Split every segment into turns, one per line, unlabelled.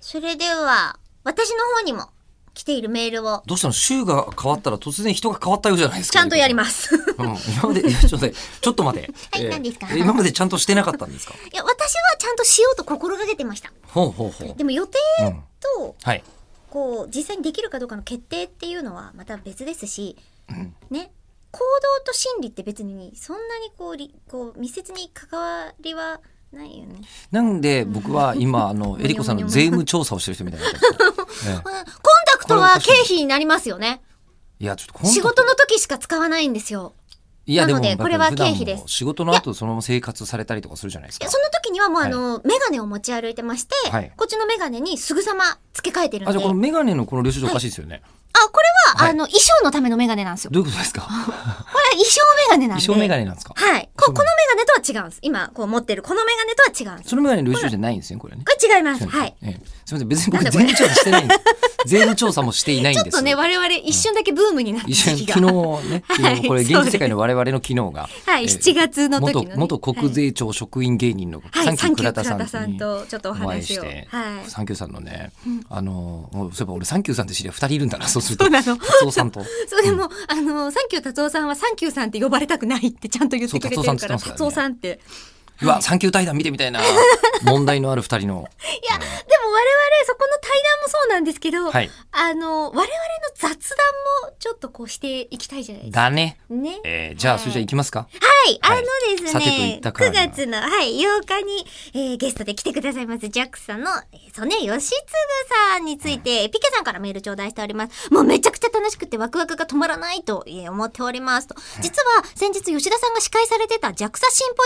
それでは、私の方にも来ているメールを
どうしたの週が変わったら突然人が変わったようじゃないです
ち
か。
ゃんとやり
ま
ます。い
うん、今まで、いやちょっと待って、ちょっと待って。
はい
えー
何ですか
今までちゃんとしてなかったんですか
や、私はちゃんとしようと心がけてました。
ほうほうほう。
でも予定
うん、
と、
はい。
こう、実際にできるかどうかの決定っていうのはまた別ですし、ね、行動と心理って別にそんなにこうり、こう密接に関わりはないよね。
なんで僕は今、あの、えりこさんの税務調査をしてる人みたいになってるんですよ。え
コンタクトは経費になりますよね。
えいや、ちょっと今度
仕事の時しか使わないんですよ。
いや、でも、
なのでこれは経費です
普段も仕事の後、そのまま生活されたりとかするじゃないです
い
か
や。その時にはもうあの、メガネを持ち歩いてまして、
はい
こっちのメガネにすぐさま付け替えてるん
あ、
で。
じ
あ、
ゃ
こ
あこの
れ
メガネのこの領収書おかしいです よね。
は、
はい
あの、衣装のためのメガネなんですよ。こ
どういうことですか
れは衣装メガネなん
衣
で。
装メガネなんですか
はい。こ、このメガネとは違うんです。今、こう持ってるこのメガネとは違うんです。
そのメガネ領収書じゃないんですね、これね。
これ違います。はい。
ええすみません、別に僕
なんだ
税
これ
務調査し てないんです。税務調査もしていないん
ち
で
ょ
す。
っとね、我々一瞬だけブームになった
一瞬
時期が。
昨日ね、昨日こ れ
はい
現実世界の我々の機能が、
はい、
えー
7月の時のね、
元元国税庁職員芸人の
はい、はい、
三
サン
級
キュー
倉田
倉田
さ
さ
ん
ん
に。
とちょっとお
お会いし
話を。はい
て、。サンキューさんのね、あの、もうそういえば俺サンキューさんって知り合い二人いるんだな、そうすると。
そうなの
達夫さ んと。
そうでも、あの、サンキュー達夫さんはサンキューさんって呼ばれたくないってちゃんと言ってくれてる
そ
か
う達
ら、
夫さんって言ってますからね
達夫さんって。
うわ、サンキュー対談見てみたいな、問題のある二人の。
いや、でも我々そこの対談もそうなんですけど、
はい
あの、我々の雑談もちょっとこうしていきたいじゃないですか。
だね。
ね。
えーじゃあ、それじゃあ行きますか。
はい、
はい
あのです
さてと言
ね
っ、たから
9
には
月の、はい、8日に、えーゲストで来てくださいます、ジャックさんの、えー、曽根義嗣さんについて、ピケさんからメール頂戴しております。もうめちゃくちゃ楽しくてワクワクが止まらないと、えー思っておりますと。実は、先日吉田さんが司会されてたジャクサシンポ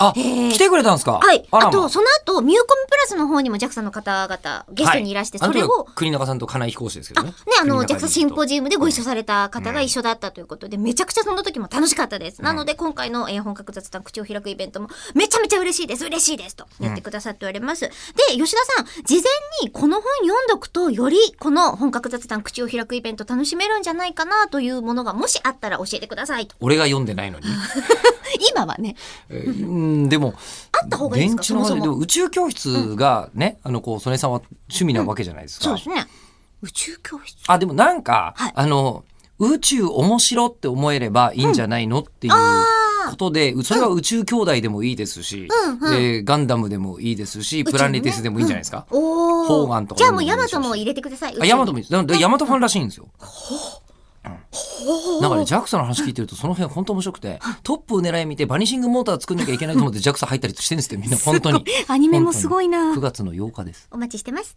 あ、
ジウムも、えー
来てくれたんですか
はい。
あら
あ
ま
と、その後、ミューコムプラスの方にも JAXA の方々、ゲストにいらして、
は
それ
あの
を
時、は国中さんと金井飛行士ですけ
あ、
ど
ね
ね。、
あの、
国中
JAXA シンポ
ジ
ジウムでご一緒された方が一緒だったということで、めちゃくちゃその時も楽しかったです。なので、今回の、えー本格雑談口を開くイベントも、めちゃめちゃ嬉しいです、嬉しいです、と言ってくださっております。で、吉田さん、事前にこの本読んどくと、よりこの本格雑談口を開くイベント楽しめるんじゃないかな、というものが、もしあったら教えてくださいと。
俺が読んでないの に。
今はね、
えーうん、でも、
あった方がいいですか、
現地
そ
の
もそ
でも
も。
宇宙教室がね、あのこう曽根さんは趣味なわけじゃないですか。
そうですね。宇宙教室。
あでもなんか、
はい
あの宇宙面白って思えればいいんじゃないの、っていうことでそれは宇宙兄弟でもいいですし、
うんうん
えーガンダムでもいいですし、プラネティスでもいいんじゃないですか。
おー
ホーガンとか
じゃあもう
い
ヤ
ろ
マ
いろでし
ト
ょうし
も入れてください。
あヤマ
も。
トもいいですだからヤマトファンらしいんですよ。うんだからね JAXA の話聞いてるとその辺本当面白 くてトップを狙い見てバニシングモーター作んなきゃいけないと思って JAXA 入ったりしてるんですってみんな本当に
アニメもすごいな
9月の8日です
お待ちしてます。